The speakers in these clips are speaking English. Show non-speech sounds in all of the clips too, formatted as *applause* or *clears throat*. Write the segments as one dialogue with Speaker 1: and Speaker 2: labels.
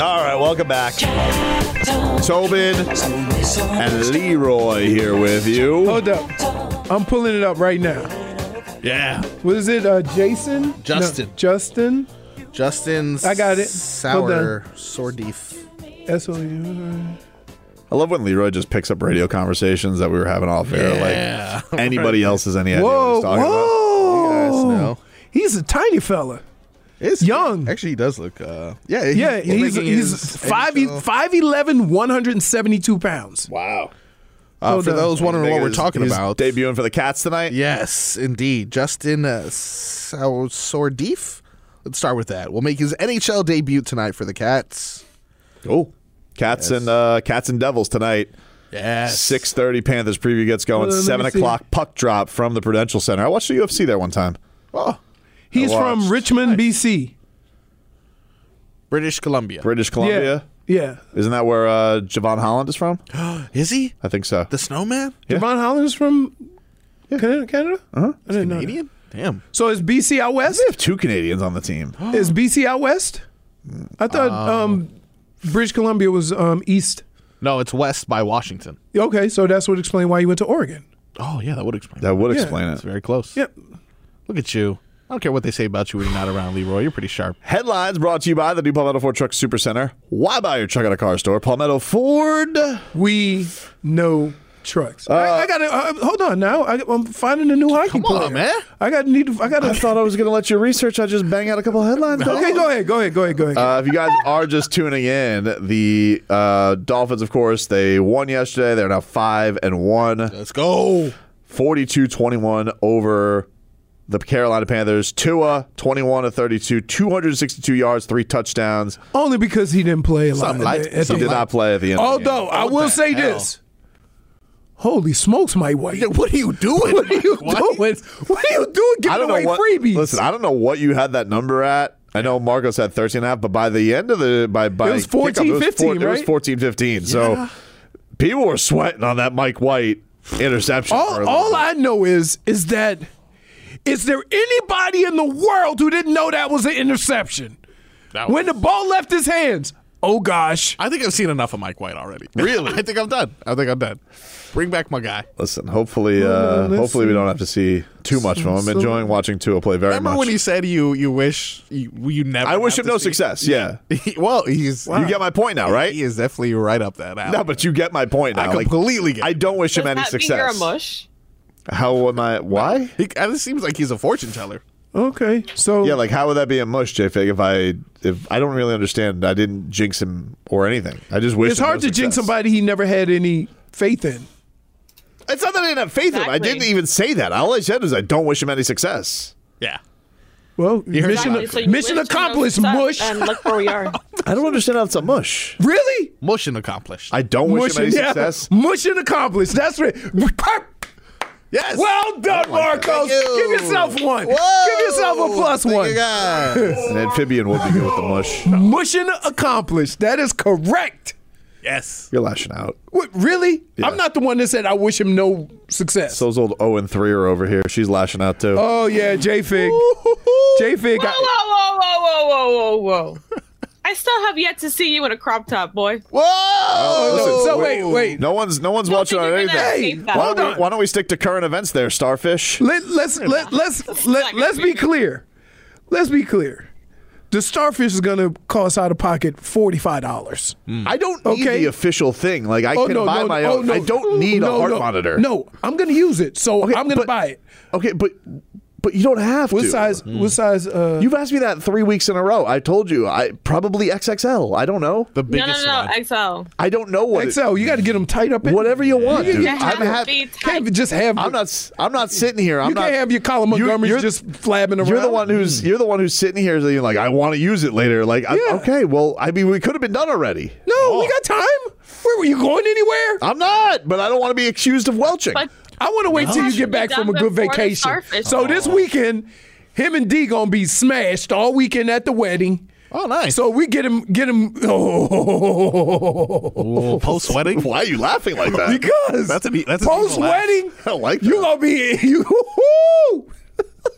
Speaker 1: All right, welcome back. Tobin and Leroy here with you.
Speaker 2: Hold up. I'm pulling it up right now.
Speaker 1: Yeah.
Speaker 2: What is it? Uh, Jason?
Speaker 3: Justin.
Speaker 2: No, Justin?
Speaker 3: Justin's
Speaker 2: I got it. Hold
Speaker 3: sour
Speaker 2: on.
Speaker 3: sordif.
Speaker 2: That's what you.
Speaker 1: I love when Leroy just picks up radio conversations that we were having off air.
Speaker 2: *laughs*
Speaker 1: Like anybody else has any idea what
Speaker 2: Whoa,
Speaker 1: he's talking about.
Speaker 2: whoa.
Speaker 3: You guys know.
Speaker 2: He's a tiny fella.
Speaker 3: It's
Speaker 2: Young.
Speaker 3: Actually, he does look. Uh, yeah, he-
Speaker 2: Yeah, he's,
Speaker 3: making
Speaker 2: he's
Speaker 3: his
Speaker 2: five,
Speaker 3: NHL.
Speaker 2: 5'11", 172 pounds.
Speaker 1: Wow.
Speaker 3: Uh,
Speaker 2: Hold
Speaker 3: for
Speaker 2: on.
Speaker 3: those wondering what
Speaker 1: Nigga
Speaker 3: we're
Speaker 1: is-
Speaker 3: talking
Speaker 1: he's
Speaker 3: about,
Speaker 1: Debuting for the Cats tonight.
Speaker 3: Yes, indeed. Justin uh, Sau- Sordif. Let's start with that. We'll make his NHL debut tonight for the Cats.
Speaker 1: Oh. Cats and uh, Cats and Devils tonight.
Speaker 3: Yes.
Speaker 1: Six thirty Panthers preview gets going.
Speaker 2: Uh, let me
Speaker 1: Seven
Speaker 2: see.
Speaker 1: o'clock puck drop from the Prudential Center. I watched the UFC there one time.
Speaker 3: Oh,
Speaker 2: He's from
Speaker 1: watched.
Speaker 2: Richmond, BC.
Speaker 3: British Columbia.
Speaker 1: British Columbia.
Speaker 2: Yeah.
Speaker 1: Isn't that where uh, Javon Holland is
Speaker 2: *gasps*
Speaker 1: from?
Speaker 3: Is he?
Speaker 1: I think so.
Speaker 3: The snowman?
Speaker 2: yeah. Devon Holland's from Canada? Canada? Uh-huh. I didn't know. that.
Speaker 3: Canadian? Damn.
Speaker 2: So is BC out west?
Speaker 1: They have two Canadians on the team.
Speaker 2: *gasps* Is BC out west? I thought um, British Columbia was um, east.
Speaker 3: No, it's west by Washington.
Speaker 2: Okay, so that's what explained why you went to Oregon.
Speaker 3: Oh, yeah, that would explain
Speaker 1: That would
Speaker 2: Yeah.
Speaker 1: explain it.
Speaker 3: It's very close.
Speaker 2: Yep.
Speaker 3: Look at you. I don't care what they say about you when you're not around, Leroy. You're pretty sharp.
Speaker 1: Headlines brought to you by the new Palmetto Ford Truck Supercenter. Why buy your truck at a car store? Palmetto Ford.
Speaker 2: We know trucks. I, I got to uh, hold on now. I, I'm finding a new hockey
Speaker 3: Come on,
Speaker 2: player.
Speaker 3: man.
Speaker 2: I got need. to- I got to.
Speaker 1: I was going to let you research. I just bang out a couple headlines.
Speaker 2: *laughs* Okay, go ahead. Go ahead. Go ahead. Go ahead.
Speaker 1: Uh, if you guys are just tuning in, the uh, Dolphins, of course, they won yesterday. They're now 5 and 1,
Speaker 3: Let's go.
Speaker 1: 42 21 over the Carolina Panthers. Tua, 21 to 32, 262 yards, three touchdowns.
Speaker 2: Only because he didn't play a lot.
Speaker 3: Something like-
Speaker 2: at the- at the
Speaker 1: He did
Speaker 2: end.
Speaker 1: not play at the end. of the game.
Speaker 2: Although I will
Speaker 3: the
Speaker 2: say
Speaker 3: hell?
Speaker 2: this. Holy smokes,
Speaker 1: *laughs*
Speaker 2: my white.
Speaker 3: What are you doing?
Speaker 2: What are you doing? What are you doing?
Speaker 1: I
Speaker 2: Giving
Speaker 1: don't know
Speaker 2: away
Speaker 1: what,
Speaker 2: freebies.
Speaker 1: Listen, I don't know what you had that number at. I know Marcos had 13 and a half, but by the end of the by by
Speaker 2: It was
Speaker 1: kickoff, it It
Speaker 2: 14-15,
Speaker 1: was
Speaker 2: right?
Speaker 1: 14 15. So people were sweating on that Mike White interception. for a
Speaker 2: All,
Speaker 1: little
Speaker 2: all
Speaker 1: bit.
Speaker 2: I know is is that is there anybody in the world who didn't know that was an interception when the ball left his hands? Oh gosh!
Speaker 3: I think I've seen enough of Mike White already.
Speaker 1: *laughs* Really?
Speaker 3: I think I'm done. I think I'm done. Bring back my guy.
Speaker 1: Listen, hopefully, uh,
Speaker 2: on, let's
Speaker 1: hopefully we
Speaker 2: see.
Speaker 1: don't have to see too much from him.
Speaker 2: so-
Speaker 1: Enjoying watching Tua play very
Speaker 3: Remember
Speaker 1: much.
Speaker 3: when he said you you wish you, you never?
Speaker 1: I wish
Speaker 3: have
Speaker 1: him
Speaker 3: to
Speaker 1: no
Speaker 3: see-
Speaker 1: success. Yeah,
Speaker 3: *laughs* well, he's
Speaker 1: you get my point now, right?
Speaker 3: He is definitely right up that alley.
Speaker 1: No, but you get my point
Speaker 3: I
Speaker 1: now. Like,
Speaker 3: completely get.
Speaker 1: I don't wish him
Speaker 4: Does
Speaker 1: any
Speaker 4: that mean
Speaker 1: success.
Speaker 4: you're a mush?
Speaker 1: How am I? Why?
Speaker 3: He, it seems like he's a fortune teller.
Speaker 2: Okay, so
Speaker 1: Yeah, like how would that be a mush, J Fig, if I if I don't really understand I didn't jinx him or anything. I just wish
Speaker 2: it's
Speaker 1: him
Speaker 2: hard
Speaker 1: no
Speaker 2: to jinx
Speaker 1: success.
Speaker 2: somebody he never had any faith in.
Speaker 1: It's not that I didn't have faith in him. I
Speaker 4: Exactly.
Speaker 1: didn't even say that. All I said is I don't wish him any success.
Speaker 3: Yeah.
Speaker 2: Well, mission,
Speaker 4: Exactly. So you
Speaker 2: mission
Speaker 4: wish him
Speaker 2: accomplished.
Speaker 4: success,
Speaker 2: Mush.
Speaker 4: And look where we are.
Speaker 1: I don't understand how it's a mush.
Speaker 2: Really?
Speaker 3: Motion accomplished.
Speaker 1: I don't wish him any
Speaker 3: *laughs*
Speaker 2: yeah.
Speaker 1: success.
Speaker 2: *laughs* Mission accomplished. That's right. Perp.
Speaker 3: yes. Oh
Speaker 2: Well done, Marcos.
Speaker 3: Thank you.
Speaker 2: Give yourself one.
Speaker 3: Whoa.
Speaker 2: Give yourself a plus
Speaker 3: Thank
Speaker 2: one.
Speaker 3: you, guys.
Speaker 1: An amphibian would be good with the mush.
Speaker 2: Mission accomplished. That is correct.
Speaker 3: yes.
Speaker 1: You're lashing out.
Speaker 2: What, really?
Speaker 1: Yeah.
Speaker 2: I'm not the one that said I wish him no success.
Speaker 1: So those old 0 and 3 are over here. She's lashing out too.
Speaker 2: oh yeah, J Fig. J Fig.
Speaker 4: Whoa, whoa, whoa, whoa,
Speaker 3: Whoa.
Speaker 4: I still have yet to see you in a crop top, boy.
Speaker 3: Whoa. Oh,
Speaker 1: listen,
Speaker 2: Oh, so wait, wait.
Speaker 1: Oh, No one's no one's watching
Speaker 4: think
Speaker 1: on
Speaker 4: you're
Speaker 1: anything.
Speaker 4: gonna escape that.
Speaker 1: why, don't
Speaker 2: Hold
Speaker 1: we,
Speaker 2: on.
Speaker 1: why don't we stick to current events there, Starfish?
Speaker 2: Let, let's let, let's let, let's be clear. Let's be clear. The starfish is gonna cost out of pocket forty five dollars. Oh,
Speaker 1: I don't need
Speaker 2: Okay.
Speaker 1: the official thing. Like I can buy my own. I don't need a
Speaker 2: No,
Speaker 1: heart
Speaker 2: no.
Speaker 1: monitor.
Speaker 2: No, I'm gonna use it, so I'm gonna
Speaker 1: but-
Speaker 2: buy it.
Speaker 1: Okay, but but you don't have
Speaker 2: What
Speaker 1: to.
Speaker 2: size?
Speaker 3: Mm.
Speaker 2: What size? Uh,
Speaker 1: You've asked me that three weeks in a row. I told you. I probably XXL. I don't know.
Speaker 3: The
Speaker 4: No, no,
Speaker 3: biggest
Speaker 4: no,
Speaker 3: one.
Speaker 4: XL.
Speaker 1: I don't know what. it-
Speaker 2: XL. You got to get them tight up. in-
Speaker 1: whatever you want, dude.
Speaker 4: You have
Speaker 1: I'm,
Speaker 4: to
Speaker 1: ha-
Speaker 4: be tight.
Speaker 2: Can't just have.
Speaker 1: I'm not. s- I'm not sitting here. I'm
Speaker 2: you
Speaker 1: not.
Speaker 2: can't have your Colin
Speaker 1: You-
Speaker 2: Montgomery's
Speaker 1: you're- *laughs*
Speaker 2: just flabbing around.
Speaker 1: You're the one who's you're the one who's sitting here saying like I want to use it later. Like I-
Speaker 2: Yeah.
Speaker 1: okay, well I mean we could have been done already.
Speaker 2: No, we got time. Where were you going anywhere?
Speaker 1: Oh. I'm not, but I don't want to be accused of welching.
Speaker 4: But
Speaker 2: I want to wait till you
Speaker 4: Has to
Speaker 2: get
Speaker 4: be
Speaker 2: back
Speaker 4: done
Speaker 2: from a good
Speaker 4: before the
Speaker 2: vacation.
Speaker 4: surface.
Speaker 2: So this weekend, him and D gonna be smashed all weekend at the wedding.
Speaker 3: Oh, nice.
Speaker 2: So we get him, get him. *laughs* Oh,
Speaker 3: post wedding.
Speaker 1: Why are you laughing like that?
Speaker 2: because
Speaker 3: That's an e- that's an evil
Speaker 2: post wedding.
Speaker 1: *laughs* I like
Speaker 2: You
Speaker 1: that.
Speaker 3: *laughs*
Speaker 2: gonna be you. woo-hoo!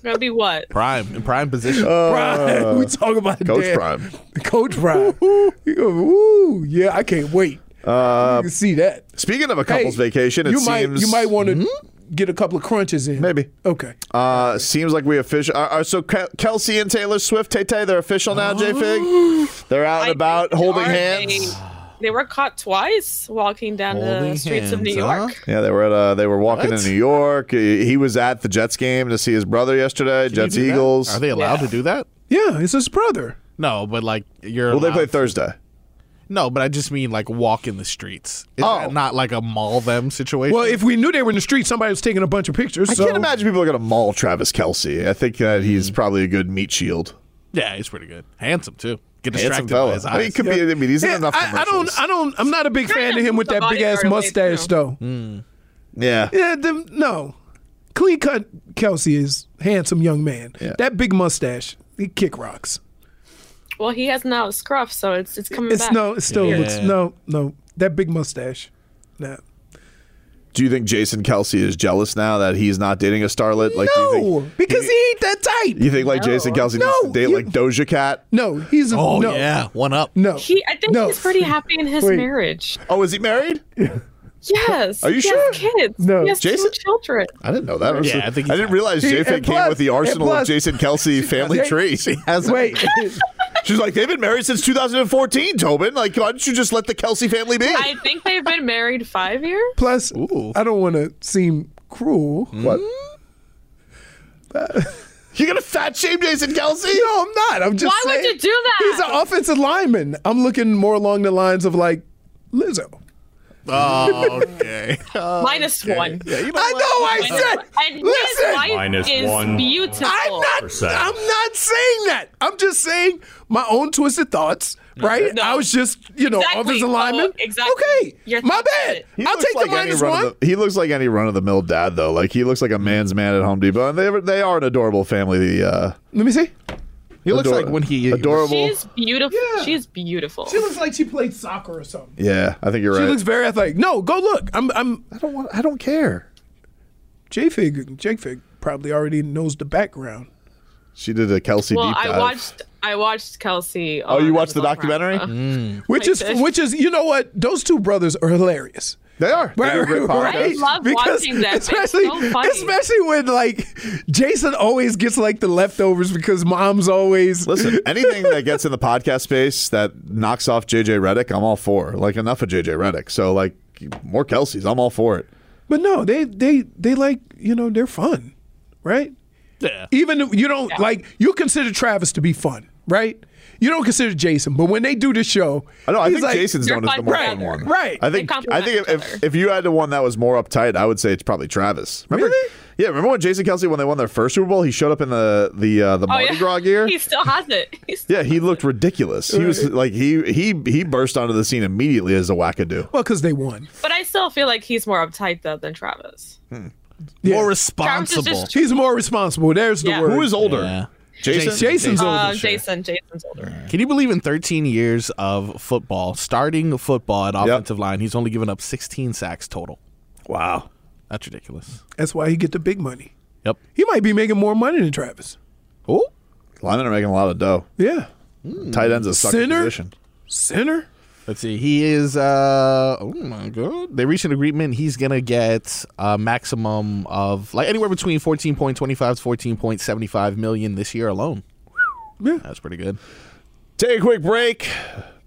Speaker 4: gonna be what?
Speaker 3: Prime in prime
Speaker 1: *laughs*
Speaker 3: position. *laughs*
Speaker 2: Prime. we talk about
Speaker 1: Coach
Speaker 2: dad.
Speaker 1: Prime.
Speaker 2: Coach Prime. You go, Ooh, yeah, I can't wait. you can see that.
Speaker 1: Speaking of a couple's
Speaker 2: Hey,
Speaker 1: vacation, it
Speaker 2: you
Speaker 1: seems
Speaker 2: might you might want to get a couple of crunches in.
Speaker 1: Maybe.
Speaker 2: Okay.
Speaker 1: Uh, seems like we official. Are, are, so Ke- Kelsey and Taylor Swift, Tay Tay, they're official now.
Speaker 4: *gasps*
Speaker 1: J Fig, they're out
Speaker 4: I
Speaker 1: and about
Speaker 4: think
Speaker 1: holding
Speaker 4: they are.
Speaker 1: hands.
Speaker 4: They, they were caught twice walking down
Speaker 3: Holding
Speaker 4: the streets of New
Speaker 3: hands, huh?
Speaker 4: York.
Speaker 1: Yeah, they were at, uh, they were walking
Speaker 3: What?
Speaker 1: in New York. He he was at the Jets game to see his brother yesterday.
Speaker 3: Can you
Speaker 1: Jets
Speaker 3: do that?
Speaker 1: Eagles.
Speaker 3: Are they allowed to do that?
Speaker 2: Yeah, it's his brother.
Speaker 3: No, but like you're.
Speaker 1: well, they play
Speaker 3: allowed-
Speaker 1: Thursday.
Speaker 3: No, but I just mean like walk in the streets. Is
Speaker 1: Oh.
Speaker 3: that not like a mall them situation?
Speaker 2: Well, if we knew they were in the street, somebody was taking a bunch of pictures.
Speaker 1: I
Speaker 2: so-
Speaker 1: can't imagine people are going to maul Travis Kelsey. I think that
Speaker 3: Mm-hmm.
Speaker 1: he's probably a good meat shield.
Speaker 3: yeah, he's pretty good. Handsome too. Get
Speaker 1: Handsome
Speaker 3: distracted by
Speaker 1: fella.
Speaker 3: his eyes.
Speaker 1: I mean, he could be. I mean, he's in
Speaker 2: Yeah,
Speaker 1: enough
Speaker 2: I, I
Speaker 1: commercials.
Speaker 2: don't. I don't. I'm not a big fan of him with that
Speaker 4: Somebody
Speaker 2: big ass
Speaker 4: very late,
Speaker 2: mustache,
Speaker 4: too.
Speaker 2: though.
Speaker 1: yeah.
Speaker 2: Hmm. Yeah, them, no. Clean cut Kelsey is handsome young man.
Speaker 1: Yeah.
Speaker 2: That big mustache, he kick rocks.
Speaker 4: Well, he has now a scruff, so it's it's coming
Speaker 2: It's
Speaker 4: back.
Speaker 2: no, it still
Speaker 3: Yeah.
Speaker 2: looks no, no. That big mustache, nah.
Speaker 1: Do you think Jason Kelsey is jealous now that he's not dating a starlet? Like, do you
Speaker 2: no,
Speaker 1: think,
Speaker 2: because he ain't that tight.
Speaker 1: you think like Jason Kelsey needs to
Speaker 2: No,
Speaker 1: date
Speaker 2: you-
Speaker 1: like Doja Cat?
Speaker 2: no, he's a,
Speaker 3: Oh
Speaker 2: no,
Speaker 3: yeah, one up.
Speaker 2: no.
Speaker 4: He, I think
Speaker 2: No.
Speaker 4: he's pretty happy in his
Speaker 2: Wait.
Speaker 4: marriage.
Speaker 1: Oh, is he married?
Speaker 4: Yes.
Speaker 1: Are you
Speaker 4: he
Speaker 1: sure?
Speaker 4: Has kids.
Speaker 2: No.
Speaker 4: He has
Speaker 1: Jason-
Speaker 4: two children.
Speaker 1: I didn't know that. I,
Speaker 3: Yeah, I think he's-
Speaker 1: didn't realize
Speaker 2: He-
Speaker 1: J Fig
Speaker 2: and
Speaker 1: came
Speaker 2: plus-
Speaker 1: with the arsenal
Speaker 2: and
Speaker 1: of
Speaker 2: plus-
Speaker 1: Jason
Speaker 2: *laughs*
Speaker 1: Kelsey family
Speaker 2: They-
Speaker 1: tree. She has it.
Speaker 2: *laughs* Wait,
Speaker 1: She's like, they've been married since 2014, Tobin. Like, why don't you just let the Kelsey family be?
Speaker 4: I think they've been married five years.
Speaker 2: plus I don't want to seem cruel.
Speaker 1: what? You're gonna fat shame Jason Kelsey?
Speaker 2: No, I'm not. I'm just.
Speaker 4: Why would
Speaker 2: saying-
Speaker 4: you do that?
Speaker 2: He's an offensive lineman. I'm looking more along the lines of like Lizzo.
Speaker 3: Oh, okay.
Speaker 4: Minus one.
Speaker 2: I know. I
Speaker 4: Minus
Speaker 2: said.
Speaker 4: one. And his
Speaker 2: Listen,
Speaker 4: wife is beautiful.
Speaker 2: I'm not. I'm not saying that. I'm just saying my own twisted thoughts. Right?
Speaker 4: No.
Speaker 2: I was just, you know,
Speaker 4: Exactly.
Speaker 2: offensive lineman.
Speaker 4: Oh, exactly.
Speaker 2: Okay.
Speaker 4: You're
Speaker 2: my bad.
Speaker 4: thinking
Speaker 1: He
Speaker 2: I'll
Speaker 1: looks
Speaker 2: take
Speaker 1: like
Speaker 2: the
Speaker 1: any
Speaker 2: minus
Speaker 1: run of
Speaker 2: one.
Speaker 1: the- he looks like any run of the mill dad, though. Like he looks like a man's man at Home Depot, and they they are an adorable family. The uh,
Speaker 2: Let me see.
Speaker 3: He looks
Speaker 1: ador-
Speaker 3: like when he
Speaker 1: adorable.
Speaker 4: She's beautiful.
Speaker 2: Yeah.
Speaker 4: She's beautiful.
Speaker 2: She looks like she played soccer or something.
Speaker 1: yeah, I think you're
Speaker 2: She
Speaker 1: right.
Speaker 2: looks very athletic. No, go look. I'm. I'm.
Speaker 1: I don't want. I don't care.
Speaker 2: J Fig. J Fig probably already knows the background.
Speaker 1: She did a Kelsey
Speaker 4: well,
Speaker 1: deep dive.
Speaker 4: I watched. I watched Kelsey. um,
Speaker 1: Oh, you
Speaker 4: on
Speaker 1: watched the
Speaker 4: Amazon Prime.
Speaker 1: documentary? Mm.
Speaker 2: Which is, which is, you know what? Those two brothers are hilarious.
Speaker 1: They are. They do a great podcast.
Speaker 4: I love watching them. It's
Speaker 2: Especially,
Speaker 4: so funny.
Speaker 2: especially when like Jason always gets like the leftovers because mom's always
Speaker 1: Listen, *laughs* anything that gets in the podcast space that knocks off JJ Reddick, I'm all for. Like enough of JJ Reddick. So like more Kelsey's, I'm all for it.
Speaker 2: But no, they they they like you know they're fun, right?
Speaker 3: Yeah.
Speaker 2: Even if you don't like you consider Travis to be fun, right? You don't consider Jason, but when they do this show,
Speaker 1: I know. I
Speaker 2: he's
Speaker 1: think
Speaker 2: like,
Speaker 1: Jason's
Speaker 4: They're
Speaker 1: known as the
Speaker 4: fun
Speaker 1: more
Speaker 2: right,
Speaker 1: fun one.
Speaker 2: right.
Speaker 1: I think
Speaker 4: They
Speaker 1: I
Speaker 4: complement
Speaker 1: think
Speaker 4: each
Speaker 1: if,
Speaker 4: other.
Speaker 1: if you had one that was more uptight, I would say it's probably Travis. Remember?
Speaker 2: Really?
Speaker 1: Yeah, remember when Jason Kelsey when they won their first Super Bowl, he showed up in the the uh, the
Speaker 4: Oh,
Speaker 1: Mardi
Speaker 4: yeah.
Speaker 1: Gras gear.
Speaker 4: He still has it. He's
Speaker 1: yeah, he looked ridiculous. He was like he he he burst onto the scene immediately as a wackadoo.
Speaker 2: well, because they won.
Speaker 4: But I still feel like he's more uptight though than Travis.
Speaker 3: More
Speaker 4: Travis is
Speaker 3: responsible.
Speaker 4: just
Speaker 2: He's more responsible. There's the
Speaker 4: Yeah.
Speaker 2: word.
Speaker 1: Who is older?
Speaker 3: Yeah.
Speaker 1: Jason.
Speaker 2: Jason's older.
Speaker 4: uh,
Speaker 2: sure.
Speaker 4: Jason. Jason's older.
Speaker 3: Can you believe in 13 years of football, starting football at offensive line, he's only given up 16 sacks total?
Speaker 1: Wow.
Speaker 3: That's ridiculous.
Speaker 2: That's why he get the big money.
Speaker 3: Yep.
Speaker 2: He might be making more money than Travis.
Speaker 3: Oh,
Speaker 1: Linemen are making a lot of dough.
Speaker 2: Yeah.
Speaker 1: Tight end's a sucky
Speaker 2: Sinner?
Speaker 1: position.
Speaker 2: Center?
Speaker 3: Let's see. He is. Uh, oh my god! They reached an agreement. He's gonna get a maximum of like anywhere between fourteen point twenty five to fourteen point seventy five million this year alone. That's pretty good.
Speaker 1: Take a quick break.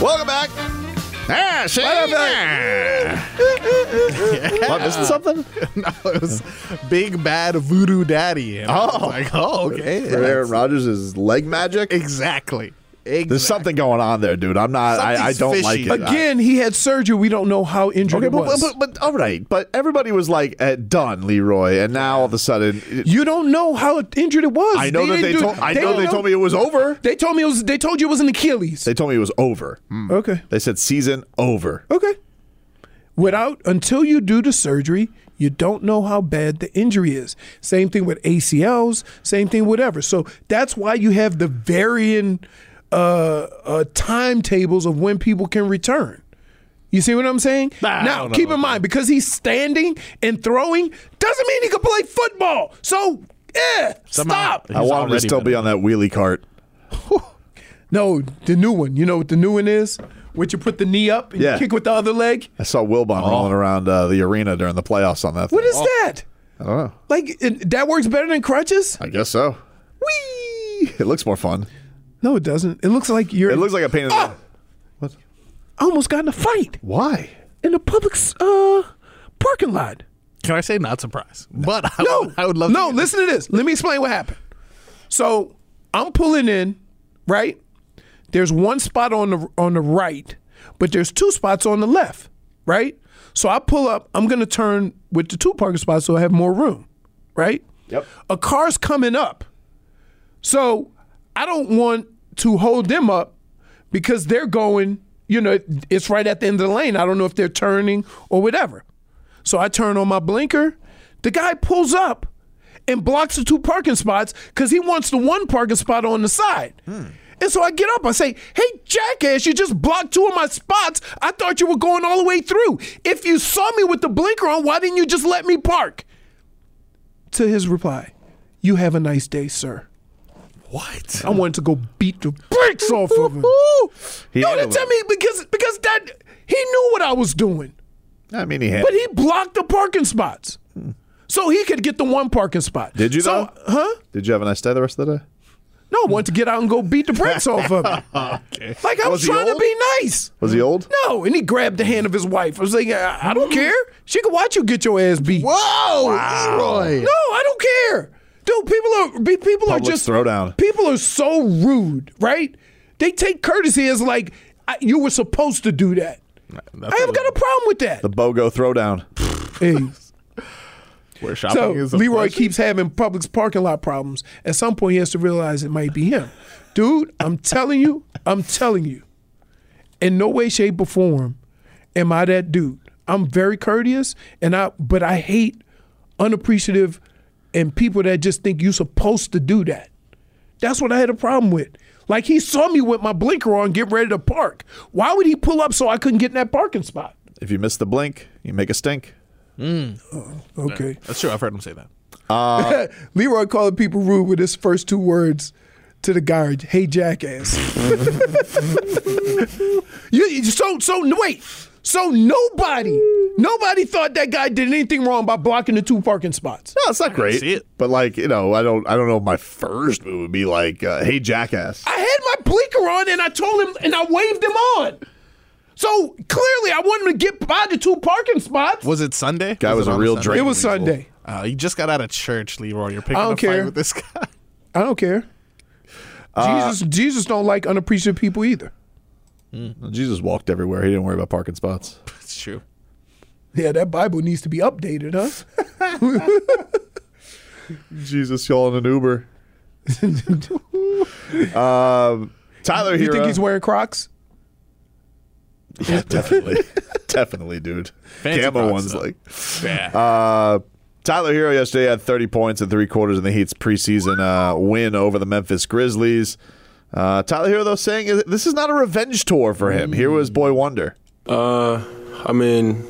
Speaker 1: Welcome back. Ah, see What, missing something?
Speaker 3: *laughs* no, it was Big Bad Voodoo Daddy. And I was
Speaker 1: Oh.
Speaker 3: like oh, okay.
Speaker 1: For Aaron Rodgers is leg magic.
Speaker 3: Exactly. Exactly.
Speaker 1: There's something going on there, dude. I'm not. I, I
Speaker 3: Something's
Speaker 1: don't like
Speaker 3: fishy.
Speaker 1: it. I-
Speaker 2: Again, he had surgery. We don't know how injured
Speaker 1: Okay,
Speaker 2: it
Speaker 1: but,
Speaker 2: was.
Speaker 1: but, but all right. But everybody was like eh, done, Leroy, and now all of a sudden,
Speaker 2: you don't know how injured it was.
Speaker 1: I know that they
Speaker 2: didn't do-
Speaker 1: told. I know
Speaker 2: didn't
Speaker 1: they told me it was over.
Speaker 2: They told me it was. They told you it was an Achilles. Hmm.
Speaker 1: They told me it was over.
Speaker 2: okay.
Speaker 1: They said season over.
Speaker 2: Okay. Without until you do the surgery, you don't know how bad the injury is. Same thing with ACLs, same thing whatever. So that's why you have the varying uh, uh, timetables of when people can return. You see what I'm saying?
Speaker 3: Nah, I
Speaker 2: now,
Speaker 3: don't know
Speaker 2: keep in
Speaker 3: about
Speaker 2: mind, because he's standing and throwing doesn't mean he can play football. So, eh,
Speaker 3: Somehow-
Speaker 2: stop.
Speaker 1: I
Speaker 3: He's
Speaker 1: want him to
Speaker 3: already
Speaker 1: still
Speaker 3: been
Speaker 1: be on that wheelie cart.
Speaker 2: No, the new one. You know what the new one is? Which you put the knee up and you
Speaker 1: Yeah.
Speaker 2: kick with the other leg?
Speaker 1: I saw Wilbon
Speaker 3: Oh.
Speaker 1: rolling around uh, the arena during the playoffs on that.
Speaker 2: What
Speaker 1: thing. Oh.
Speaker 2: is that? Like it, that works better than crutches?
Speaker 1: I guess so. Whee! It looks more fun.
Speaker 2: No, it doesn't. It looks like you're.
Speaker 1: It looks like a pain in the.
Speaker 2: Ah! I almost got in a fight
Speaker 1: Why?
Speaker 2: in the public's uh, parking lot.
Speaker 3: Can I say not surprised? But I,
Speaker 2: No,
Speaker 3: would, I would love.
Speaker 2: No,
Speaker 3: to
Speaker 2: listen to this. Let me explain what happened. So I'm pulling in, right? There's one spot on the on the right, but there's two spots on the left, right? So I pull up. I'm gonna turn with the two parking spots so I have more room, right? Yep. A car's coming up, so I don't want to hold them up because they're going. You know, it's right at the end of the lane. I don't know if they're turning or whatever. So I turn on my blinker. The guy pulls up and blocks the two parking spots because he wants the one parking spot on the side. And so I get up. I say, "Hey, jackass! You just blocked two of my spots. I thought you were going all the way through. If you saw me with the blinker on, why didn't you just let me park?" to his reply, "You have a nice day, sir." What? I wanted to go beat the brakes off of him.
Speaker 1: *laughs* He
Speaker 2: no,
Speaker 1: handled
Speaker 2: that's I
Speaker 1: it.
Speaker 2: mean because because that he knew what I was doing,
Speaker 1: I mean, he had. Hmm.
Speaker 2: but he blocked the parking spots, so he could get the one parking spot.
Speaker 1: Did you
Speaker 2: So,
Speaker 1: though?
Speaker 2: huh?
Speaker 1: Did you have a nice day the rest of the day?
Speaker 2: No, I wanted to get out and go beat the brakes off
Speaker 1: *laughs*
Speaker 2: of him.
Speaker 1: okay.
Speaker 2: Like I was,
Speaker 1: Was Oh, he
Speaker 2: trying to
Speaker 1: old?
Speaker 2: be nice.
Speaker 1: Was he old?
Speaker 2: No, and he grabbed the hand of his wife. I was like, I, I don't care. She can watch you get your ass beat.
Speaker 3: Whoa, Eroy.
Speaker 2: No, I don't care. Dude, people are be- people
Speaker 1: Public
Speaker 2: are just
Speaker 1: throwdown.
Speaker 2: People are so rude, right? They take courtesy as like I, you were supposed to do that. I haven't got a problem with that.
Speaker 1: The BOGO throwdown.
Speaker 2: *laughs* Hey,
Speaker 3: Where shopping
Speaker 2: so
Speaker 3: is. a
Speaker 2: Leroy
Speaker 3: pleasure.
Speaker 2: keeps having Publix parking lot problems. At some point, he has to realize it might be him. Dude, I'm telling you, I'm telling you, in no way, shape, or form am I that dude. I'm very courteous, and I but I hate unappreciative and people that just think you're supposed to do that. That's what I had a problem with. Like he saw me with my blinker on, getting ready to park. Why would he pull up so I couldn't get in that parking spot?
Speaker 1: If you miss the blink, you make a stink. Oh,
Speaker 2: Okay.
Speaker 3: Mm. That's true. I've heard him say that.
Speaker 1: Uh,
Speaker 2: *laughs* Leroy calling people rude with his first two words to the guard, "Hey jackass." *laughs* you, you- so so no, wait. So nobody nobody thought that guy did anything wrong by blocking the two parking spots.
Speaker 1: No, *laughs* it's not great.
Speaker 3: see it.
Speaker 1: But like, you know, I don't I don't know if my first move would be like, uh, hey jackass.
Speaker 2: I had my blinker on and I told him and I waved him on. So clearly I wanted him to get by the two parking spots.
Speaker 3: Was it Sunday?
Speaker 1: Guy was
Speaker 3: it
Speaker 1: a
Speaker 3: on
Speaker 1: real
Speaker 3: Sunday?
Speaker 1: drink
Speaker 2: It was weasel. Sunday.
Speaker 3: Uh, you just got out of church, Leroy. You're picking
Speaker 2: I don't
Speaker 3: a
Speaker 2: care.
Speaker 3: fight with this guy.
Speaker 2: I don't care. Jesus Jesus don't like unappreciative people either.
Speaker 3: Mm.
Speaker 1: Jesus walked everywhere. He didn't worry about parking spots.
Speaker 3: It's true.
Speaker 2: Yeah, that Bible needs to be updated, huh?
Speaker 1: Jesus y'all in an Uber. *laughs* um, *laughs* Tyler
Speaker 2: You
Speaker 1: here.
Speaker 2: think he's wearing Crocs?
Speaker 1: yeah, definitely. *laughs* definitely, dude.
Speaker 3: Fancy
Speaker 1: Gamma
Speaker 3: Crocs,
Speaker 1: one's
Speaker 3: though.
Speaker 1: like
Speaker 3: Yeah.
Speaker 1: Uh, Tyler Hero yesterday had 30 points and three quarters in the Heat's preseason uh, win over the Memphis Grizzlies. Uh, Tyler Hero, though, saying is- this is not a revenge tour for him. Here was Boy Wonder.
Speaker 5: Uh, I mean,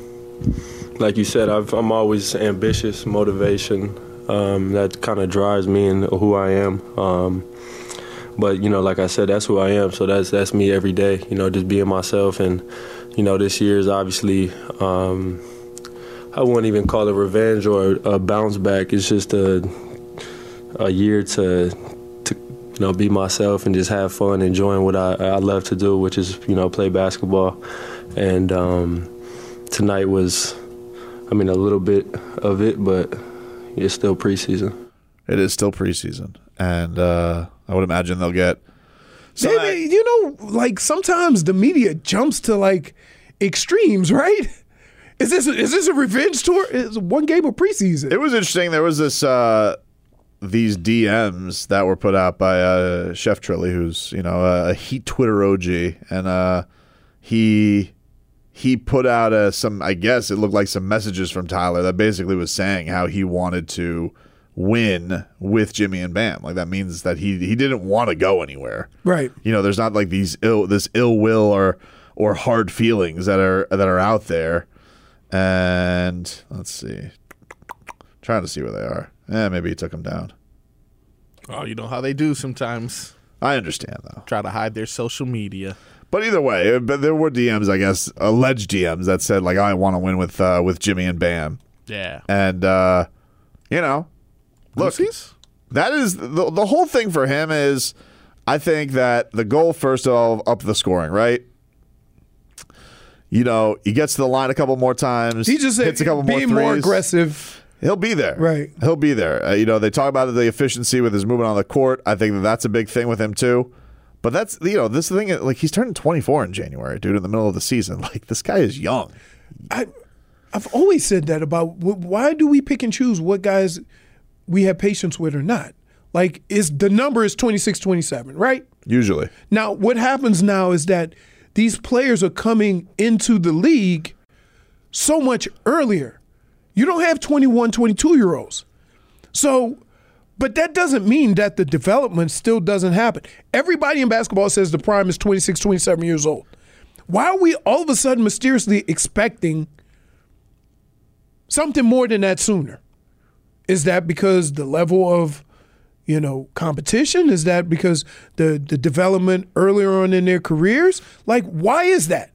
Speaker 5: like you said, I've, I'm always ambitious, motivation. Um, that kind of drives me and who I am. Um, but you know, like I said, that's who I am. So that's that's me every day. You know, just being myself. And you know, this year is obviously. Um, I wouldn't even call it revenge or a bounce back. It's just a a year to to you know be myself and just have fun, enjoying what I, I love to do, which is you know play basketball. And um, tonight was, I mean, a little bit of it, but it's still preseason.
Speaker 1: It is still preseason, and uh, I would imagine they'll get. So
Speaker 2: They- they- you know, like sometimes the media jumps to like extremes, *laughs* right? Is this is this a revenge tour? It's one game of preseason.
Speaker 1: it was interesting. There was this uh, these DMs that were put out by uh, Chef Trilly, who's you know a Heat Twitter OG, and uh, he he put out uh, some. I guess it looked like some messages from Tyler that basically was saying how he wanted to win with Jimmy and Bam. Like that means that he he didn't want to go anywhere.
Speaker 2: Right.
Speaker 1: You know, there's not like these ill this ill will or or hard feelings that are that are out there. And let's see. Trying to see where they are. Eh, maybe he took them down.
Speaker 3: Oh, you know how they do sometimes.
Speaker 1: I understand though.
Speaker 3: Try to hide their social media.
Speaker 1: But either way, eh, but there were DMs, I guess, alleged DMs that said like I want to win with uh, with Jimmy and Bam.
Speaker 3: Yeah.
Speaker 1: And uh, you know, look,
Speaker 3: Lucy's?
Speaker 1: that is the the whole thing for him is I think that the goal first of all up the scoring, right? You know, he gets to the line a couple more times.
Speaker 2: He just said
Speaker 1: hits a couple more
Speaker 2: being
Speaker 1: threes.
Speaker 2: more, aggressive.
Speaker 1: He'll be there.
Speaker 2: Right.
Speaker 1: He'll be there. Uh, you know, they talk about the efficiency with his movement on the court. I think that that's a big thing with him too. But that's you know this thing like he's turning 24 in January, dude. In the middle of the season, *laughs* like this guy is young.
Speaker 2: I I've always said that about wh- why do we pick and choose what guys we have patience with or not? Like is the number is 26 27, right?
Speaker 1: Usually,
Speaker 2: Now, what happens now is that these players are coming into the league so much earlier. You don't have 21, 22 year olds. So, but that doesn't mean that the development still doesn't happen. Everybody in basketball says the prime is 26, 27 years old. Why are we all of a sudden mysteriously expecting something more than that sooner? Is that because the level of you know competition? Is that because the the development earlier on in their careers? Like, why is that?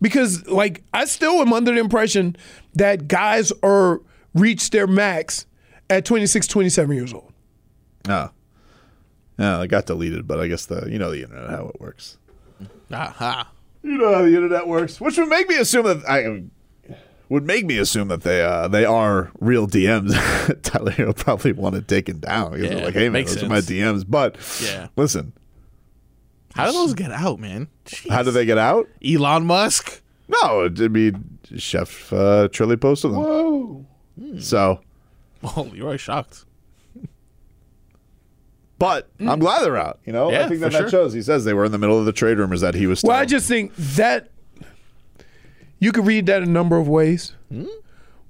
Speaker 2: Because like I still am under the impression that guys are reach their max at 26, 27 years old.
Speaker 1: No. No, it got deleted, but I guess the you know the internet how it works.
Speaker 3: Aha.
Speaker 1: You know how the internet works, which would make me assume that I would make me assume that they uh, they are real DMs. *laughs* Tyler will probably want it taken down because
Speaker 3: Yeah,
Speaker 1: they're like, hey man,
Speaker 3: makes
Speaker 1: those are my DMs.
Speaker 3: sense.
Speaker 1: But
Speaker 3: Yeah.
Speaker 1: listen,
Speaker 3: How do those get out, man? Jeez.
Speaker 1: how do they get out?
Speaker 3: Elon Musk?
Speaker 1: No, it'd be Chef uh, Trilly posted them.
Speaker 2: Whoa.
Speaker 1: So,
Speaker 3: Oh, you're shocked. Hmm.
Speaker 1: but I'm glad they're out. You know, I
Speaker 3: Yeah,
Speaker 1: think that
Speaker 3: for
Speaker 1: that
Speaker 3: sure.
Speaker 1: shows. He says they were in the middle of the trade rumors that he was.
Speaker 2: Well, I
Speaker 1: still-
Speaker 2: just think that you could read that a number of ways,
Speaker 1: Hmm?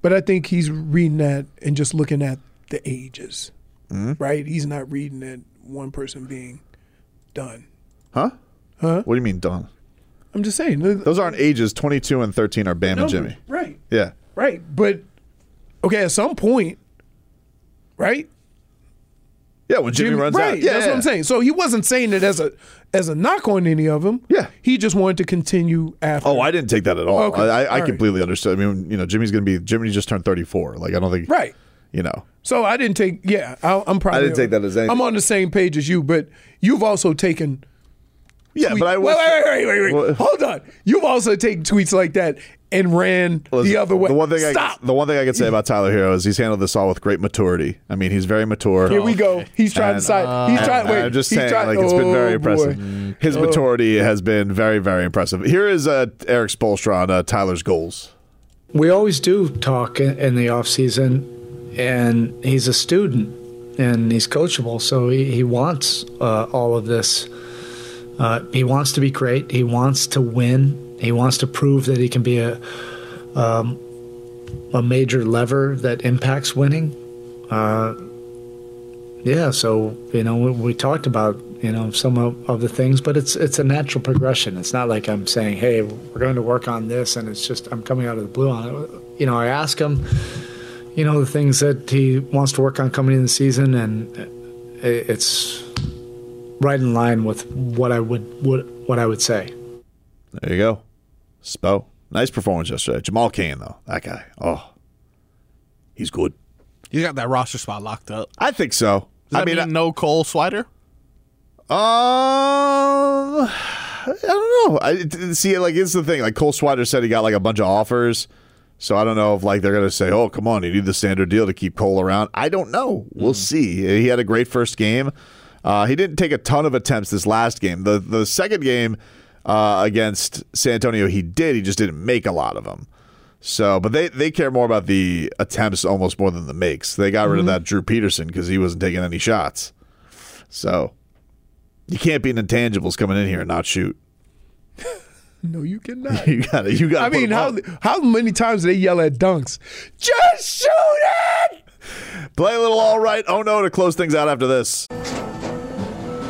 Speaker 2: but I think he's reading that and just looking at the ages,
Speaker 1: Hmm?
Speaker 2: right? He's not reading that one person being done.
Speaker 1: huh?
Speaker 2: Huh?
Speaker 1: What do you mean, Don?
Speaker 2: I'm just saying. Those
Speaker 1: Those aren't ages. 22 and 13 are Bam and Jimmy.
Speaker 2: Right,
Speaker 1: Yeah.
Speaker 2: right. But okay, at some point, right?
Speaker 1: Yeah, when Jimmy, runs
Speaker 2: right,
Speaker 1: out. Yeah,
Speaker 2: that's
Speaker 1: yeah.
Speaker 2: what I'm saying. So he wasn't saying it as a as a knock on any of them.
Speaker 1: Yeah.
Speaker 2: He just wanted to continue after.
Speaker 1: Oh, I didn't take that at all.
Speaker 2: Okay,
Speaker 1: I, I,
Speaker 2: all
Speaker 1: I
Speaker 2: right.
Speaker 1: completely understood. I mean, you know, Jimmy's going to be Jimmy just turned 34. Like, I don't think.
Speaker 2: Right.
Speaker 1: You know.
Speaker 2: So I didn't take. Yeah, I, I'm probably.
Speaker 1: didn't take that as anything.
Speaker 2: I'm on the same page as you, but you've also taken.
Speaker 1: Yeah, but I
Speaker 2: wait,
Speaker 1: was.
Speaker 2: wait, wait, wait, wait,
Speaker 1: Well-
Speaker 2: Hold on. You've also taken tweets like that and ran
Speaker 1: Listen,
Speaker 2: the other way.
Speaker 1: The one thing
Speaker 2: Stop.
Speaker 1: I the one thing I could say about Tyler Hero is he's handled this all with great maturity. I mean, he's very mature.
Speaker 2: Here we go. He's trying
Speaker 1: And, uh,
Speaker 2: to side. He's
Speaker 1: Oh, and-
Speaker 2: trying.
Speaker 1: and
Speaker 2: Wait.
Speaker 1: I'm just
Speaker 2: he's
Speaker 1: saying,
Speaker 2: trying-
Speaker 1: like it's been very
Speaker 2: oh,
Speaker 1: impressive.
Speaker 2: boy. Oh.
Speaker 1: His maturity has been very, very impressive. Here is uh, Eric Spolstra on uh, Tyler's goals.
Speaker 6: we always do talk in, in the off season, and he's a student and he's coachable, so he, he wants uh, all of this. Uh, he wants to be great. He wants to win. He wants to prove that he can be a um, a major lever that impacts winning. Uh, yeah, so you know we, we talked about you know some of, of the things, but it's it's a natural progression. It's not like I'm saying, hey, we're going to work on this, and it's just I'm coming out of the blue on it. You know, I ask him, you know, the things that he wants to work on coming in the season, and it, it's right in line with what I would what, what I would say.
Speaker 1: There you go. Spo. Nice performance yesterday. Jamal Kane though. That guy. Oh. He's good.
Speaker 3: You got that roster spot locked up.
Speaker 1: I think so.
Speaker 3: Does that
Speaker 1: I mean,
Speaker 3: mean no Cole Swider?
Speaker 1: Um, I don't know. I it- see. Like, it's the thing. Like Cole Swider said, he got like a bunch of offers. So I don't know if like they're gonna say, "Oh, come on, you need the standard deal to keep Cole around." I don't know. We'll see. He had a great first game. Uh, he didn't take a ton of attempts this last game. The the second game uh, against San Antonio, he did. He just didn't make a lot of them. So, but they they care more about the attempts almost more than the makes. They got rid of that Drew Peterson because he wasn't taking any shots. So you can't be an intangibles coming in here and not shoot. *laughs*
Speaker 2: No, you cannot.
Speaker 1: You got to You got.
Speaker 2: I mean, how how many times do they yell at dunks? Just shoot it.
Speaker 1: play a little all right. Oh no, to close things out after this.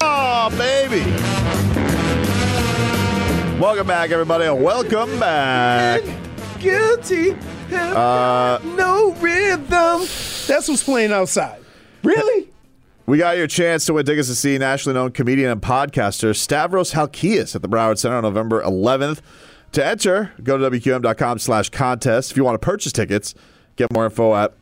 Speaker 1: Oh baby. Welcome back, everybody. Welcome back.
Speaker 2: Guilty.
Speaker 1: Uh,
Speaker 2: no rhythm. That's what's playing outside. Really?
Speaker 1: We got your chance to win tickets to see nationally known comedian and podcaster Stavros Halkias at the Broward Center on November 11th. To enter, go to wqm.com slash contest. If you want to purchase tickets, Get more info at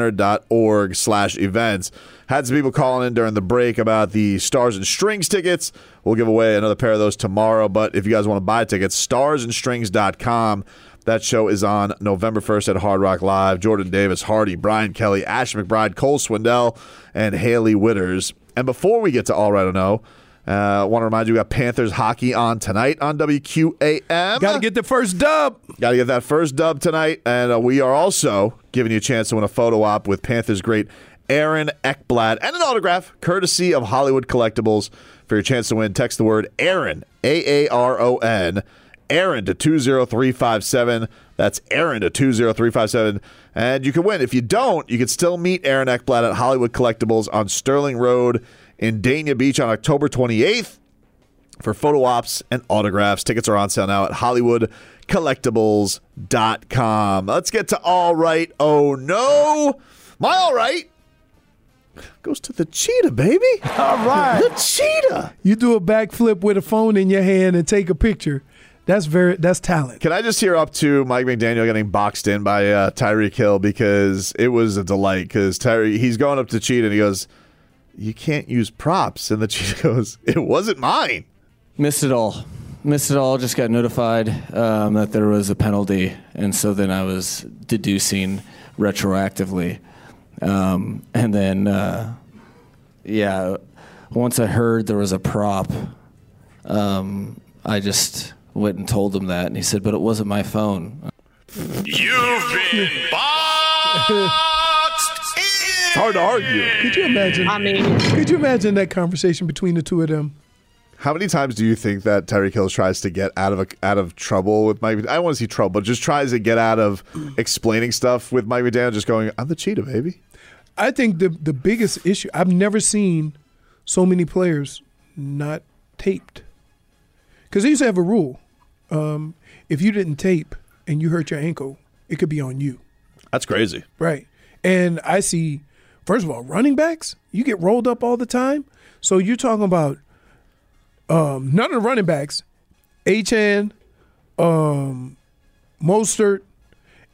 Speaker 1: browardcenter.org slash events. Had some people calling in during the break about the Stars and Strings tickets. We'll give away another pair of those tomorrow. But if you guys want to buy tickets, starsandstrings.com. That show is on November 1st at Hard Rock Live. Jordan Davis, Hardy, Brian Kelly, Ash McBride, Cole Swindell, and Haley Witters. And before we get to All Right or No, uh, I want to remind you we got Panthers hockey on tonight on WQAM. Got to
Speaker 2: get the first dub.
Speaker 1: Got to get that first dub tonight. And uh, we are also giving you a chance to win a photo op with Panthers great Aaron Eckblad and an autograph courtesy of Hollywood Collectibles. For your chance to win, text the word Aaron, A A R O N. Aaron to 20357. That's Aaron to 20357. And you can win. If you don't, you can still meet Aaron Eckblad at Hollywood Collectibles on Sterling Road in Dania Beach on October 28th for photo ops and autographs. Tickets are on sale now at HollywoodCollectibles.com. Let's get to All Right. Oh, no. My All Right goes to the cheetah, baby.
Speaker 2: All right.
Speaker 1: *laughs* The cheetah.
Speaker 2: You do a backflip with a phone in your hand and take a picture. That's very that's talent.
Speaker 1: Can I just hear up to Mike McDaniel getting boxed in by uh, Tyreek Hill because it was a delight because Tyree he's going up to cheat and he goes, "You can't use props," and the *laughs* cheat goes, "It wasn't mine."
Speaker 7: Missed it all. Missed it all. Just got notified um, that there was a penalty, and so then I was deducing retroactively, um, and then uh, yeah, once I heard there was a prop, um, I just went and told him that, and he said, "But it wasn't my phone."
Speaker 8: You've been
Speaker 2: *laughs*
Speaker 8: boxed.
Speaker 1: It's hard to argue.
Speaker 2: Could you imagine?
Speaker 4: I mean,
Speaker 2: could you imagine that conversation between the two of them?
Speaker 1: How many times do you think that Tyreek Hill tries to get out of a, out of trouble with Mike? I don't want to see trouble, but just tries to get out
Speaker 2: *clears throat*
Speaker 1: of explaining stuff with Mike McDaniel, just going, "I'm the cheetah, baby."
Speaker 2: I think the the biggest issue I've never seen so many players not taped because they used to have a rule: um, if you didn't tape and you hurt your ankle, it could be on you.
Speaker 1: That's crazy.
Speaker 2: Right. And I see, first of all, running backs, you get rolled up all the time. So you're talking about um, none of the running backs, Achan, um, Mostert,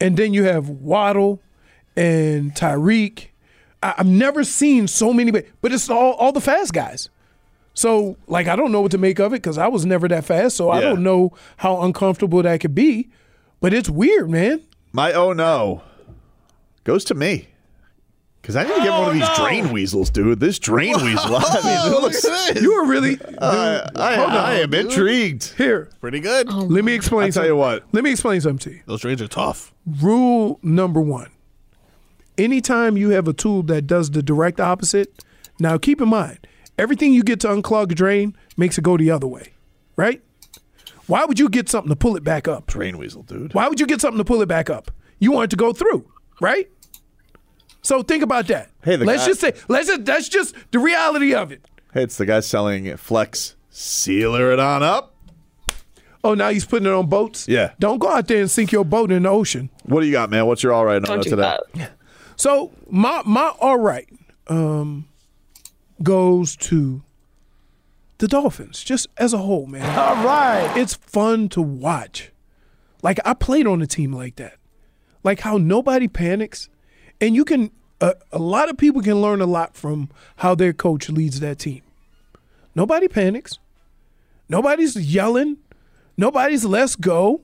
Speaker 2: and then you have Waddle and Tyreek. I- I've never seen so many, but, but it's all, all the fast guys. So, like, I don't know what to make of it because I was never that fast. So I
Speaker 1: Yeah.
Speaker 2: don't know how uncomfortable that could be. But it's weird, man.
Speaker 1: My oh no goes to me because I need to get one of these drain weasels, dude. This drain weasel. I mean, it looks-
Speaker 2: You were really.
Speaker 1: Uh, I,
Speaker 2: Hold on,
Speaker 1: I am
Speaker 2: dude.
Speaker 1: intrigued.
Speaker 2: Here, Oh,
Speaker 3: Pretty good.
Speaker 2: let me explain.
Speaker 1: I'll tell you what.
Speaker 2: Let me explain something to you.
Speaker 3: Those trades are tough.
Speaker 2: Rule number one: Anytime you have a tool that does the direct opposite, now keep in mind everything you get to unclog a drain makes it go the other way, right? Why would you get something to pull it back up?
Speaker 1: Drain weasel, dude.
Speaker 2: Why would you get something to pull it back up? You want it to go through, right? So think about that.
Speaker 1: Hey, the
Speaker 2: let's
Speaker 1: guy-
Speaker 2: just say let's just, that's just the reality of it.
Speaker 1: Hey, it's the guy selling Flex Sealer it on up.
Speaker 2: Oh, now he's putting it on boats.
Speaker 1: Yeah.
Speaker 2: Don't go out there and sink your boat in the ocean.
Speaker 1: What do you got, man? What's your all right
Speaker 4: Don't
Speaker 1: on
Speaker 4: do
Speaker 1: today?
Speaker 2: So my my all right um, goes to the Dolphins just as a whole, man. All right, it's fun to watch. Like I played on a team like that, like how nobody panics, and you can a, a lot of people can learn a lot from how their coach leads that team. Nobody panics. Nobody's yelling. Nobody's let's go.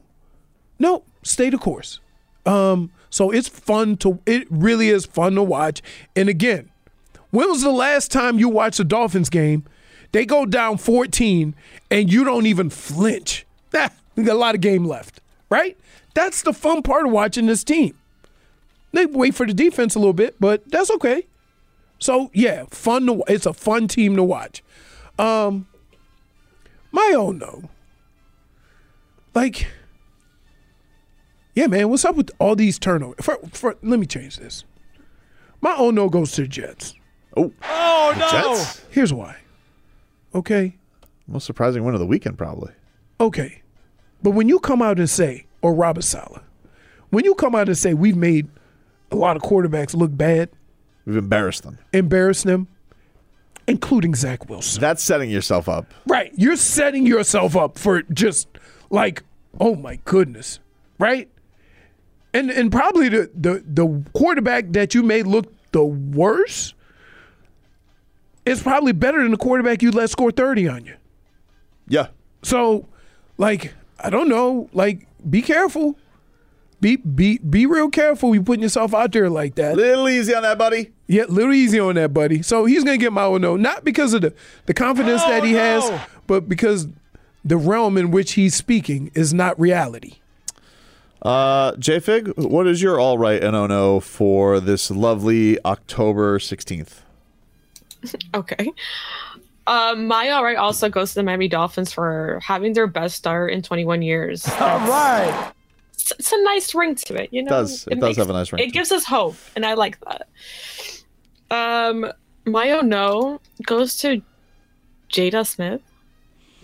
Speaker 2: No, stay the course. Um, so it's fun to it really is fun to watch. And again, when was the last time you watched a Dolphins game? They go down 14 and you don't even flinch. *laughs* Nah, we got a lot of game left, right? That's the fun part of watching this team. They wait for the defense a little bit, but that's okay. So yeah, fun to it's a fun team to watch. Um my own no. Like yeah, man, what's up with all these turnovers? For, for, let me change this. My oh no goes to the Jets.
Speaker 1: Oh,
Speaker 8: Oh
Speaker 1: the Jets.
Speaker 2: Here's why. Okay,
Speaker 1: Most surprising win of the weekend, probably.
Speaker 2: okay. But when you come out and say, or Robert Sala, when you come out and say, we've made a lot of quarterbacks look bad,
Speaker 1: We've embarrassed them.
Speaker 2: embarrassed them, including Zach Wilson.
Speaker 1: That's setting yourself up.
Speaker 2: Right. You're setting yourself up for just like, oh my goodness. Right? and and probably the, the the quarterback that you may look the worst is probably better than the quarterback you let score thirty on you.
Speaker 1: Yeah.
Speaker 2: So, like, I don't know. Like, be careful. Be be be real careful. You putting yourself out there like that.
Speaker 1: Little easy on that, buddy.
Speaker 2: Yeah, little easy on that, buddy. So he's gonna get my own no, not because of the the confidence
Speaker 1: Oh,
Speaker 2: that he
Speaker 1: no.
Speaker 2: has, but because the realm in which he's speaking is not reality.
Speaker 1: Uh, JFig, what is your all right and oh no for this lovely October 16th?
Speaker 4: Okay. Um, my all right also goes to the Miami Dolphins for having their best start in 21 years. *laughs* All right. It's, it's a nice ring to it, you know.
Speaker 1: Does- it does have a nice ring
Speaker 4: It
Speaker 1: to
Speaker 4: gives us hope, and I like that. Um, my oh no goes to Jada Smith.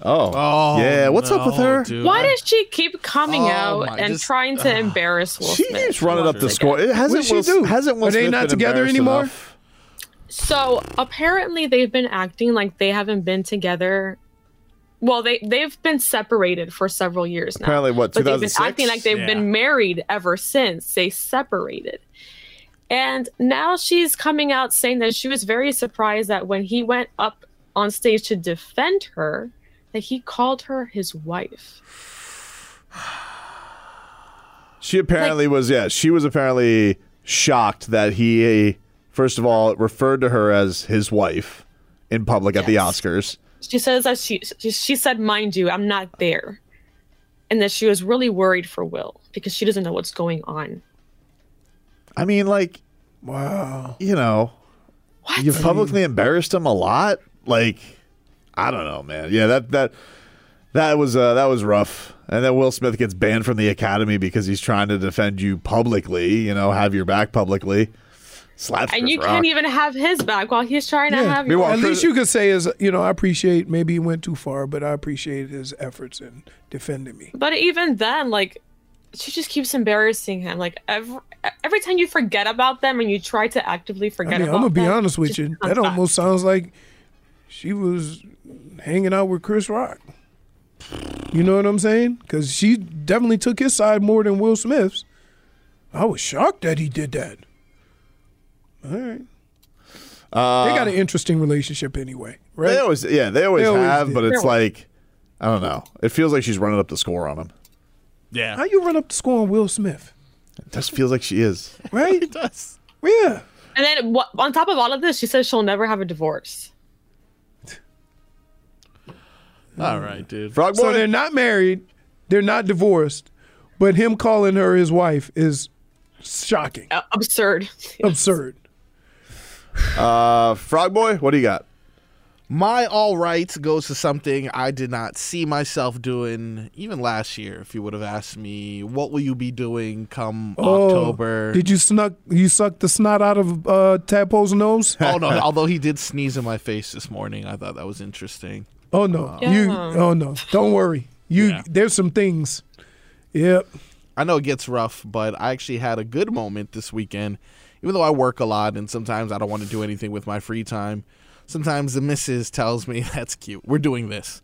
Speaker 1: Oh.
Speaker 3: Oh,
Speaker 1: yeah, what's up with
Speaker 3: no,
Speaker 1: her?
Speaker 3: dude.
Speaker 4: Why does she keep coming
Speaker 3: Oh
Speaker 4: out
Speaker 3: my-
Speaker 4: and
Speaker 3: just-
Speaker 4: trying to embarrass Will
Speaker 1: She
Speaker 4: Smith?
Speaker 1: keeps running up the score. It hasn't
Speaker 2: What did
Speaker 1: Will,
Speaker 2: she do?
Speaker 1: hasn't Will
Speaker 2: Are they
Speaker 1: Smith
Speaker 2: not
Speaker 1: been
Speaker 2: together
Speaker 1: embarrassed
Speaker 2: anymore?
Speaker 1: enough?
Speaker 4: So apparently they've been acting like they haven't been together. Well, they they've been separated for several years now.
Speaker 1: Apparently, what,
Speaker 4: But they've been
Speaker 1: 2006?
Speaker 4: acting like they've been married ever since they separated. And now she's coming out saying that she was very surprised that when he went up on stage to defend her, that he called her his wife.
Speaker 1: She apparently was, yeah, she was apparently shocked that he, first of all, referred to her as his wife in public at the Oscars.
Speaker 4: She says that she she- she said, "Mind you, I'm not there," and that she was really worried for Will because she doesn't know what's going on.
Speaker 1: I mean, like,
Speaker 2: wow,
Speaker 1: you know, you've publicly embarrassed him a lot. Like, I don't know, man. Yeah, that that that was uh, that was rough. And then Will Smith gets banned from the Academy because he's trying to defend you publicly. You know, have your back publicly. Slaps
Speaker 4: and
Speaker 1: Chris
Speaker 4: you
Speaker 1: Rock.
Speaker 4: can't e- even have his back while he's trying to have
Speaker 2: At
Speaker 4: yours.
Speaker 2: least you could say is you know I appreciate maybe he went too far, but I appreciate his efforts in defending me.
Speaker 4: But even then, like, she just keeps embarrassing him. Like every every time you forget about them and you try to actively forget
Speaker 2: I mean, I'm
Speaker 4: about
Speaker 2: gonna be
Speaker 4: them,
Speaker 2: honest
Speaker 4: just
Speaker 2: with you.
Speaker 4: comes
Speaker 2: That
Speaker 4: back.
Speaker 2: almost sounds like she was hanging out with Chris Rock. You know what I'm saying? Because she definitely took his side more than Will Smith's. I was shocked that he did that. All right,
Speaker 1: Uh,
Speaker 2: they got
Speaker 3: e-
Speaker 2: an interesting relationship anyway, right?
Speaker 1: They always, yeah, they always,
Speaker 2: They always
Speaker 1: have.
Speaker 2: did.
Speaker 1: But
Speaker 2: They
Speaker 1: it's
Speaker 2: always-
Speaker 1: like, I don't know. It feels like she's running up the score on him.
Speaker 3: Yeah.
Speaker 2: How you run up the score on Will Smith,
Speaker 1: It just feels like she is.
Speaker 2: right? it does. Yeah.
Speaker 4: And then wha- on top of all of this, she says she'll never have a divorce.
Speaker 3: All right, dude.
Speaker 1: Frog
Speaker 2: So they're not married, they're not divorced, but him calling her his wife is shocking,
Speaker 4: Uh, absurd.
Speaker 2: absurd.
Speaker 1: Uh, Frog Boy, what do you got?
Speaker 3: My all right goes to something I did not see myself doing even last year. If you would have asked me, what will you be doing come October?
Speaker 2: Oh, Did you snuck? You suck the snot out of uh, Tadpole's nose?
Speaker 3: oh no!
Speaker 2: *laughs*
Speaker 3: Although he did sneeze in my face this morning, I thought that was interesting.
Speaker 2: oh no! You?
Speaker 3: Yeah.
Speaker 2: Oh no! Don't worry. You. There's some things. Yep.
Speaker 3: I know it gets rough, but I actually had a good moment this weekend. Even though I work a lot and sometimes I don't want to do anything with my free time, sometimes the missus tells me, *laughs* that's cute, we're doing this.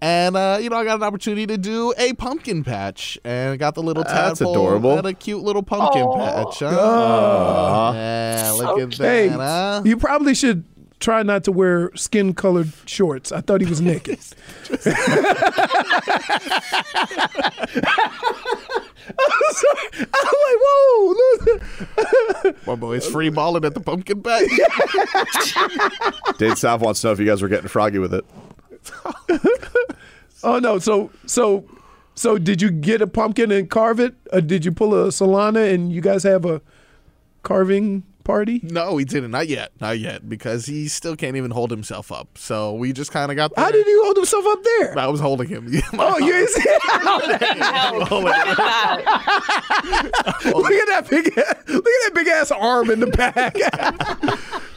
Speaker 3: And, uh, you know, I got an opportunity to do a pumpkin patch and I got the little
Speaker 1: That's
Speaker 3: tadpole.
Speaker 1: adorable.
Speaker 3: Had a cute little pumpkin patch. huh?
Speaker 2: Aw.
Speaker 3: Uh-huh. Yeah, look at
Speaker 2: Ah. Hey,
Speaker 3: that. huh?
Speaker 2: you probably should try not to wear skin colored shorts. I thought he was naked. *laughs* I'm sorry. I'm like, whoa!
Speaker 3: *laughs*
Speaker 2: look.
Speaker 3: My boy's free balling at the pumpkin patch.
Speaker 1: Dade South wants to know if you guys were getting froggy with it.
Speaker 2: Oh no! So so so did you get a pumpkin and carve it? Or did you pull a Solana and you guys have a carving party?
Speaker 3: No, he didn't. Not yet. Not yet. Because he still can't even hold himself up. So we just kind of got there.
Speaker 2: How did you hold himself up there?
Speaker 3: I was holding him. *laughs*
Speaker 2: *laughs* Oh, you ain't see
Speaker 3: Look at
Speaker 2: *laughs* Look at that big, look at that big ass arm in the *laughs* back.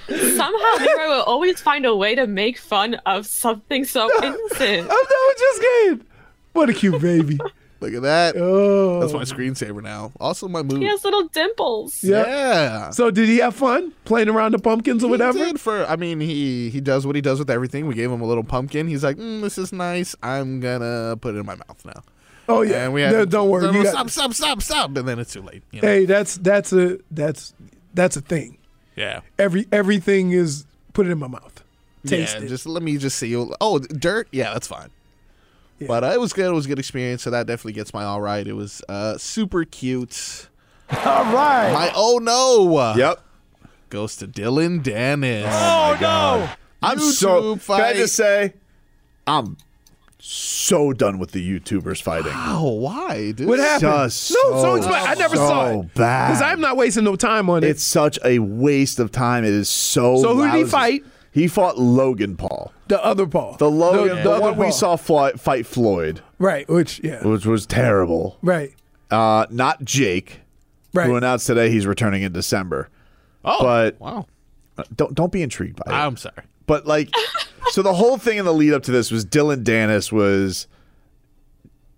Speaker 4: Somehow, Leroy will always find a way to make fun of something
Speaker 2: *laughs*
Speaker 4: so innocent.
Speaker 2: I'm not just kidding. What a cute baby.
Speaker 3: *laughs* Look at that.
Speaker 2: Oh,
Speaker 3: That's my screensaver now. Also my mood.
Speaker 4: He has little dimples.
Speaker 2: Yeah.
Speaker 3: Yeah.
Speaker 2: So did he have fun playing around the pumpkins or whatever?
Speaker 3: He did for I mean he he does what he does with everything. We gave him a little pumpkin. He's like, mm, "This is nice. I'm gonna put it in my mouth now."
Speaker 2: Oh yeah,
Speaker 3: and we had
Speaker 2: No,
Speaker 3: to-
Speaker 2: don't worry,
Speaker 3: No, no,
Speaker 2: you got-
Speaker 3: stop, stop, stop, stop, and then it's too late. You know?
Speaker 2: Hey, that's that's a that's that's a thing.
Speaker 3: Yeah.
Speaker 2: Every everything is put it in my mouth. Taste
Speaker 3: yeah,
Speaker 2: it.
Speaker 3: just let me just see you. Oh, dirt. Yeah, that's fine. But uh, it was good. It was a good experience. So that definitely gets my all right. It was uh,
Speaker 1: *laughs*
Speaker 3: super cute. All
Speaker 2: right.
Speaker 3: My oh no.
Speaker 1: Yep.
Speaker 3: Goes to Dylan Dennis.
Speaker 1: Oh, no. I'm so.
Speaker 3: YouTube
Speaker 1: Can I
Speaker 3: fight.
Speaker 1: just say, I'm so done with the YouTubers fighting.
Speaker 3: Oh, why, dude?
Speaker 2: What happened?
Speaker 1: Just
Speaker 2: no, so,
Speaker 1: so-
Speaker 2: explain. I never
Speaker 1: so
Speaker 2: saw it
Speaker 1: bad.
Speaker 2: because I'm not wasting no time on it.
Speaker 1: It's such a waste of time. It is so.
Speaker 2: So who did he
Speaker 1: lousy.
Speaker 2: fight?
Speaker 1: He fought Logan Paul.
Speaker 2: the other Paul,
Speaker 1: The Logan,
Speaker 2: The-
Speaker 1: the,
Speaker 2: the other
Speaker 1: one we
Speaker 2: Paul.
Speaker 1: saw fly, fight Floyd,
Speaker 2: right? Which yeah,
Speaker 1: which was terrible.
Speaker 2: right.
Speaker 1: Uh, not Jake,
Speaker 2: Right.
Speaker 1: who announced today he's returning in December. Oh, but uh,
Speaker 3: wow.
Speaker 1: Don't don't be intrigued by it.
Speaker 3: I'm sorry.
Speaker 1: But like, *laughs* so the whole thing in the lead up to this was Dylan Dennis was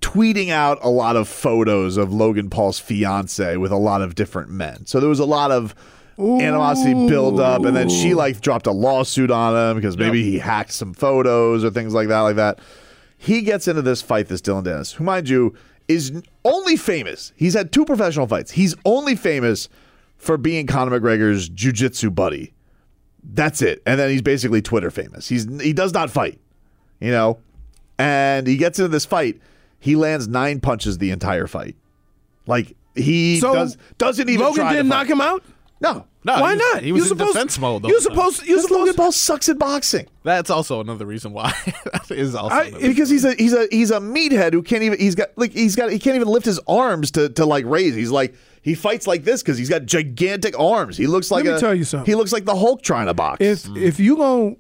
Speaker 1: tweeting out a lot of photos of Logan Paul's fiance with a lot of different men. So there was a lot of animosity build up, and then she like dropped a lawsuit on him because maybe he hacked some photos or things like that, like that. He gets into this fight, this Dylan Dennis, who, mind you, is n- only famous. He's had two professional fights. He's only famous for being Conor McGregor's jujitsu buddy. That's it. And then he's basically Twitter famous. He's he does not fight, you know. And he gets into this fight. He lands nine punches the entire fight. Like he
Speaker 2: So,
Speaker 1: does doesn't even
Speaker 2: Logan
Speaker 1: try to
Speaker 2: didn't
Speaker 1: fight.
Speaker 2: knock him out.
Speaker 1: No,
Speaker 3: No,
Speaker 2: Why
Speaker 3: he was-
Speaker 2: not?
Speaker 3: he was
Speaker 2: You
Speaker 3: in defense mode the
Speaker 2: You
Speaker 3: whole time.
Speaker 2: supposed you supposed
Speaker 1: Logan Paul sucks at boxing
Speaker 3: That's also another reason why. *laughs* that is also
Speaker 1: I-
Speaker 3: another
Speaker 1: because he's a he's a he's a meathead who can't even he's got like he's got he can't even lift his arms to to like raise. He's like he fights like this because he's got gigantic arms. He looks like
Speaker 2: Let me
Speaker 1: a-
Speaker 2: tell you something.
Speaker 1: He looks like the Hulk trying to box.
Speaker 2: if if you going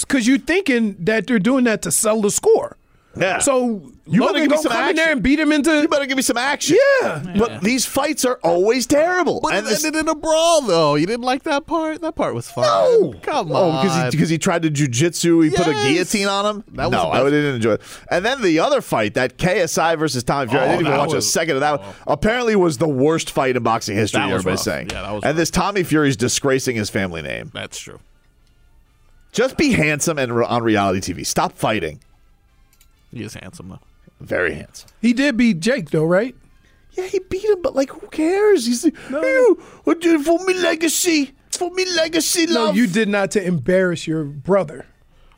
Speaker 2: because you're thinking that they're doing that to sell the score.
Speaker 1: *laughs* Yeah.
Speaker 2: So
Speaker 1: You better
Speaker 2: Logan
Speaker 1: give me
Speaker 2: gonna
Speaker 1: some
Speaker 2: come in there
Speaker 1: action.
Speaker 2: and beat him into.
Speaker 1: you better give me some action.
Speaker 2: Yeah.
Speaker 1: But these fights are always terrible.
Speaker 3: But
Speaker 1: And
Speaker 3: it
Speaker 1: this-
Speaker 3: ended in a brawl, though. You didn't like that part? That part was fun.
Speaker 1: No,
Speaker 3: Come
Speaker 1: Oh,
Speaker 3: on.
Speaker 1: because he, because he tried to jujitsu, he put a
Speaker 3: Yes.
Speaker 1: guillotine on him.
Speaker 3: That was
Speaker 1: no,
Speaker 3: the best.
Speaker 1: I didn't enjoy it. And then the other fight, that KSI versus Tommy Fury, I
Speaker 3: Oh,
Speaker 1: didn't even
Speaker 3: that
Speaker 1: watch a
Speaker 3: was-
Speaker 1: second of that. one. Apparently, was the worst fight in boxing history.
Speaker 3: That was
Speaker 1: everybody's
Speaker 3: rough.
Speaker 1: saying.
Speaker 3: Yeah, that was
Speaker 1: and
Speaker 3: rough.
Speaker 1: this Tommy Fury's disgracing his family name.
Speaker 3: That's true.
Speaker 1: Just be handsome and re- on reality TV. Stop fighting.
Speaker 3: He is handsome, though.
Speaker 1: Very handsome.
Speaker 2: He did beat Jake though, right?
Speaker 1: Yeah, he beat him, but like, who cares? He's like, "Ew, what do you- for me legacy, for me legacy,
Speaker 2: No,
Speaker 1: love.
Speaker 2: you did not to embarrass your brother.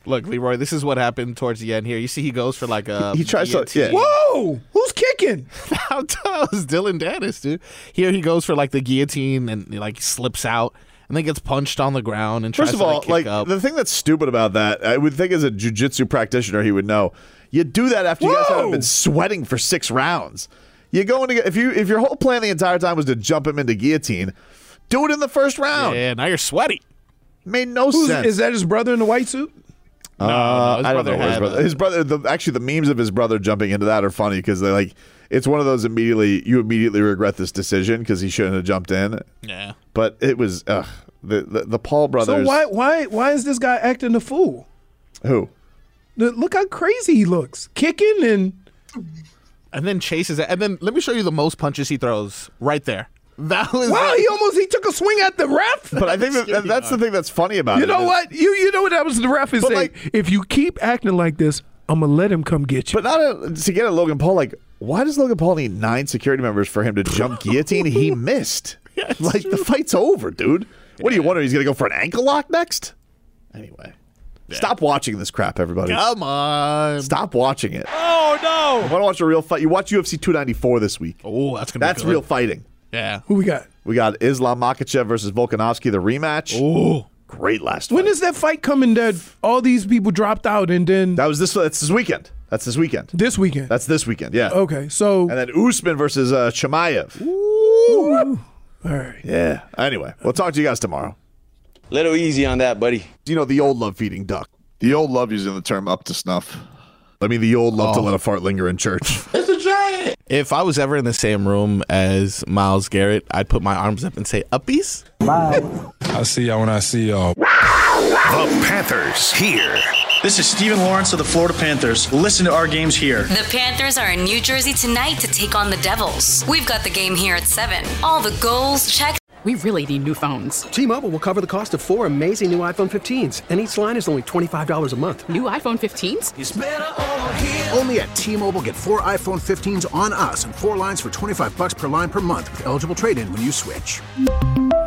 Speaker 3: Look, Leroy, this is what happened towards the end here. You see, he goes for like a.
Speaker 1: Mm-hmm. *laughs* He tries to-
Speaker 3: guillotine.
Speaker 1: Um, yeah.
Speaker 2: Whoa!
Speaker 1: *laughs*
Speaker 2: Who's kicking?
Speaker 3: *laughs* How tall is Dylan Dennis, dude? Here he goes for like the guillotine and like slips out and then gets punched on the ground and tries
Speaker 1: First of all,
Speaker 3: to, like,
Speaker 1: like
Speaker 3: kick up.
Speaker 1: the thing that's stupid about that, I would think as a jujitsu practitioner, he would know. You do that after you guys
Speaker 2: Whoa!
Speaker 1: haven't been sweating for six rounds. You go into if you if your whole plan the entire time was to jump him into guillotine, do it in the first round.
Speaker 3: yeah, now you're sweaty.
Speaker 1: Made no
Speaker 2: Who's,
Speaker 1: sense.
Speaker 2: is that his brother in the white suit?
Speaker 1: Uh,
Speaker 3: no, his
Speaker 1: I don't know
Speaker 3: brother
Speaker 1: his
Speaker 3: had
Speaker 1: brother.
Speaker 3: a-
Speaker 1: his brother. The, actually, the memes of his brother jumping into that are funny because they like it's one of those immediately you immediately regret this decision because he shouldn't have jumped in.
Speaker 3: Yeah.
Speaker 1: But it was ugh, the, the the Paul brothers.
Speaker 2: So why why why is this guy acting a fool?
Speaker 1: Who?
Speaker 2: The- Look how crazy he looks, kicking
Speaker 1: *laughs*
Speaker 2: and
Speaker 3: And then chases it. And then let me show you the most punches he throws right there. *laughs* That was.
Speaker 2: wow! He almost he took a swing at the ref.
Speaker 1: But I think that, that- that's the thing that's funny about
Speaker 2: You
Speaker 1: it.
Speaker 2: know
Speaker 1: is-
Speaker 2: what? You you know what that was the ref is
Speaker 1: But,
Speaker 2: saying.
Speaker 1: like-
Speaker 2: if you keep acting like this, I'm gonna let him come get you.
Speaker 1: But not a, to get at Logan Paul. Like, why does Logan Paul need nine security members for him to
Speaker 2: *laughs*
Speaker 1: jump guillotine? he missed. like the fight's over, dude. What do you wonder? He's gonna go for an ankle lock next. Anyway, stop watching this crap, everybody.
Speaker 3: Come on.
Speaker 1: Stop watching it.
Speaker 3: Oh, no.
Speaker 1: I want to watch a real fight. You watch UFC 294 this week.
Speaker 3: Oh, that's going to be
Speaker 1: That's
Speaker 3: good.
Speaker 1: real fighting.
Speaker 3: Yeah.
Speaker 2: Who we got?
Speaker 1: We got Islam Makachev versus Volkanovski, the rematch.
Speaker 3: Oh.
Speaker 1: Great last
Speaker 2: When
Speaker 1: fight.
Speaker 2: is that fight coming that all these people dropped out and then
Speaker 1: that was this. That's this weekend. That's this weekend.
Speaker 2: this weekend?
Speaker 1: That's this weekend. Yeah.
Speaker 2: okay, so
Speaker 1: And then Usman versus uh, Chimaev.
Speaker 2: Ooh. all right.
Speaker 1: Yeah. Anyway, we'll talk to you guys tomorrow.
Speaker 9: Little easy on that, buddy.
Speaker 1: You know the old love feeding duck. The old love using the term up to snuff. Oh. I mean, the old love to let a fart linger in *laughs* church.
Speaker 3: If I was ever in the same room as Miles Garrett, I'd put my arms up and say, Uppies?
Speaker 10: I see y'all when I see y'all.
Speaker 8: The Panthers here.
Speaker 11: This is Stephen Lawrence of the Florida Panthers. Listen to our games here.
Speaker 12: The Panthers are in New Jersey tonight to take on the Devils. We've got the game here at 7. All the goals, checks,
Speaker 13: We really need new phones.
Speaker 14: T-Mobile will cover the cost of four amazing new iPhone 15s, and each line is only twenty-five dollars a month.
Speaker 13: New iPhone 15s?
Speaker 15: Only at T-Mobile, get four iPhone 15s on us and four lines for 25 bucks per line per month with eligible trade-in when you switch.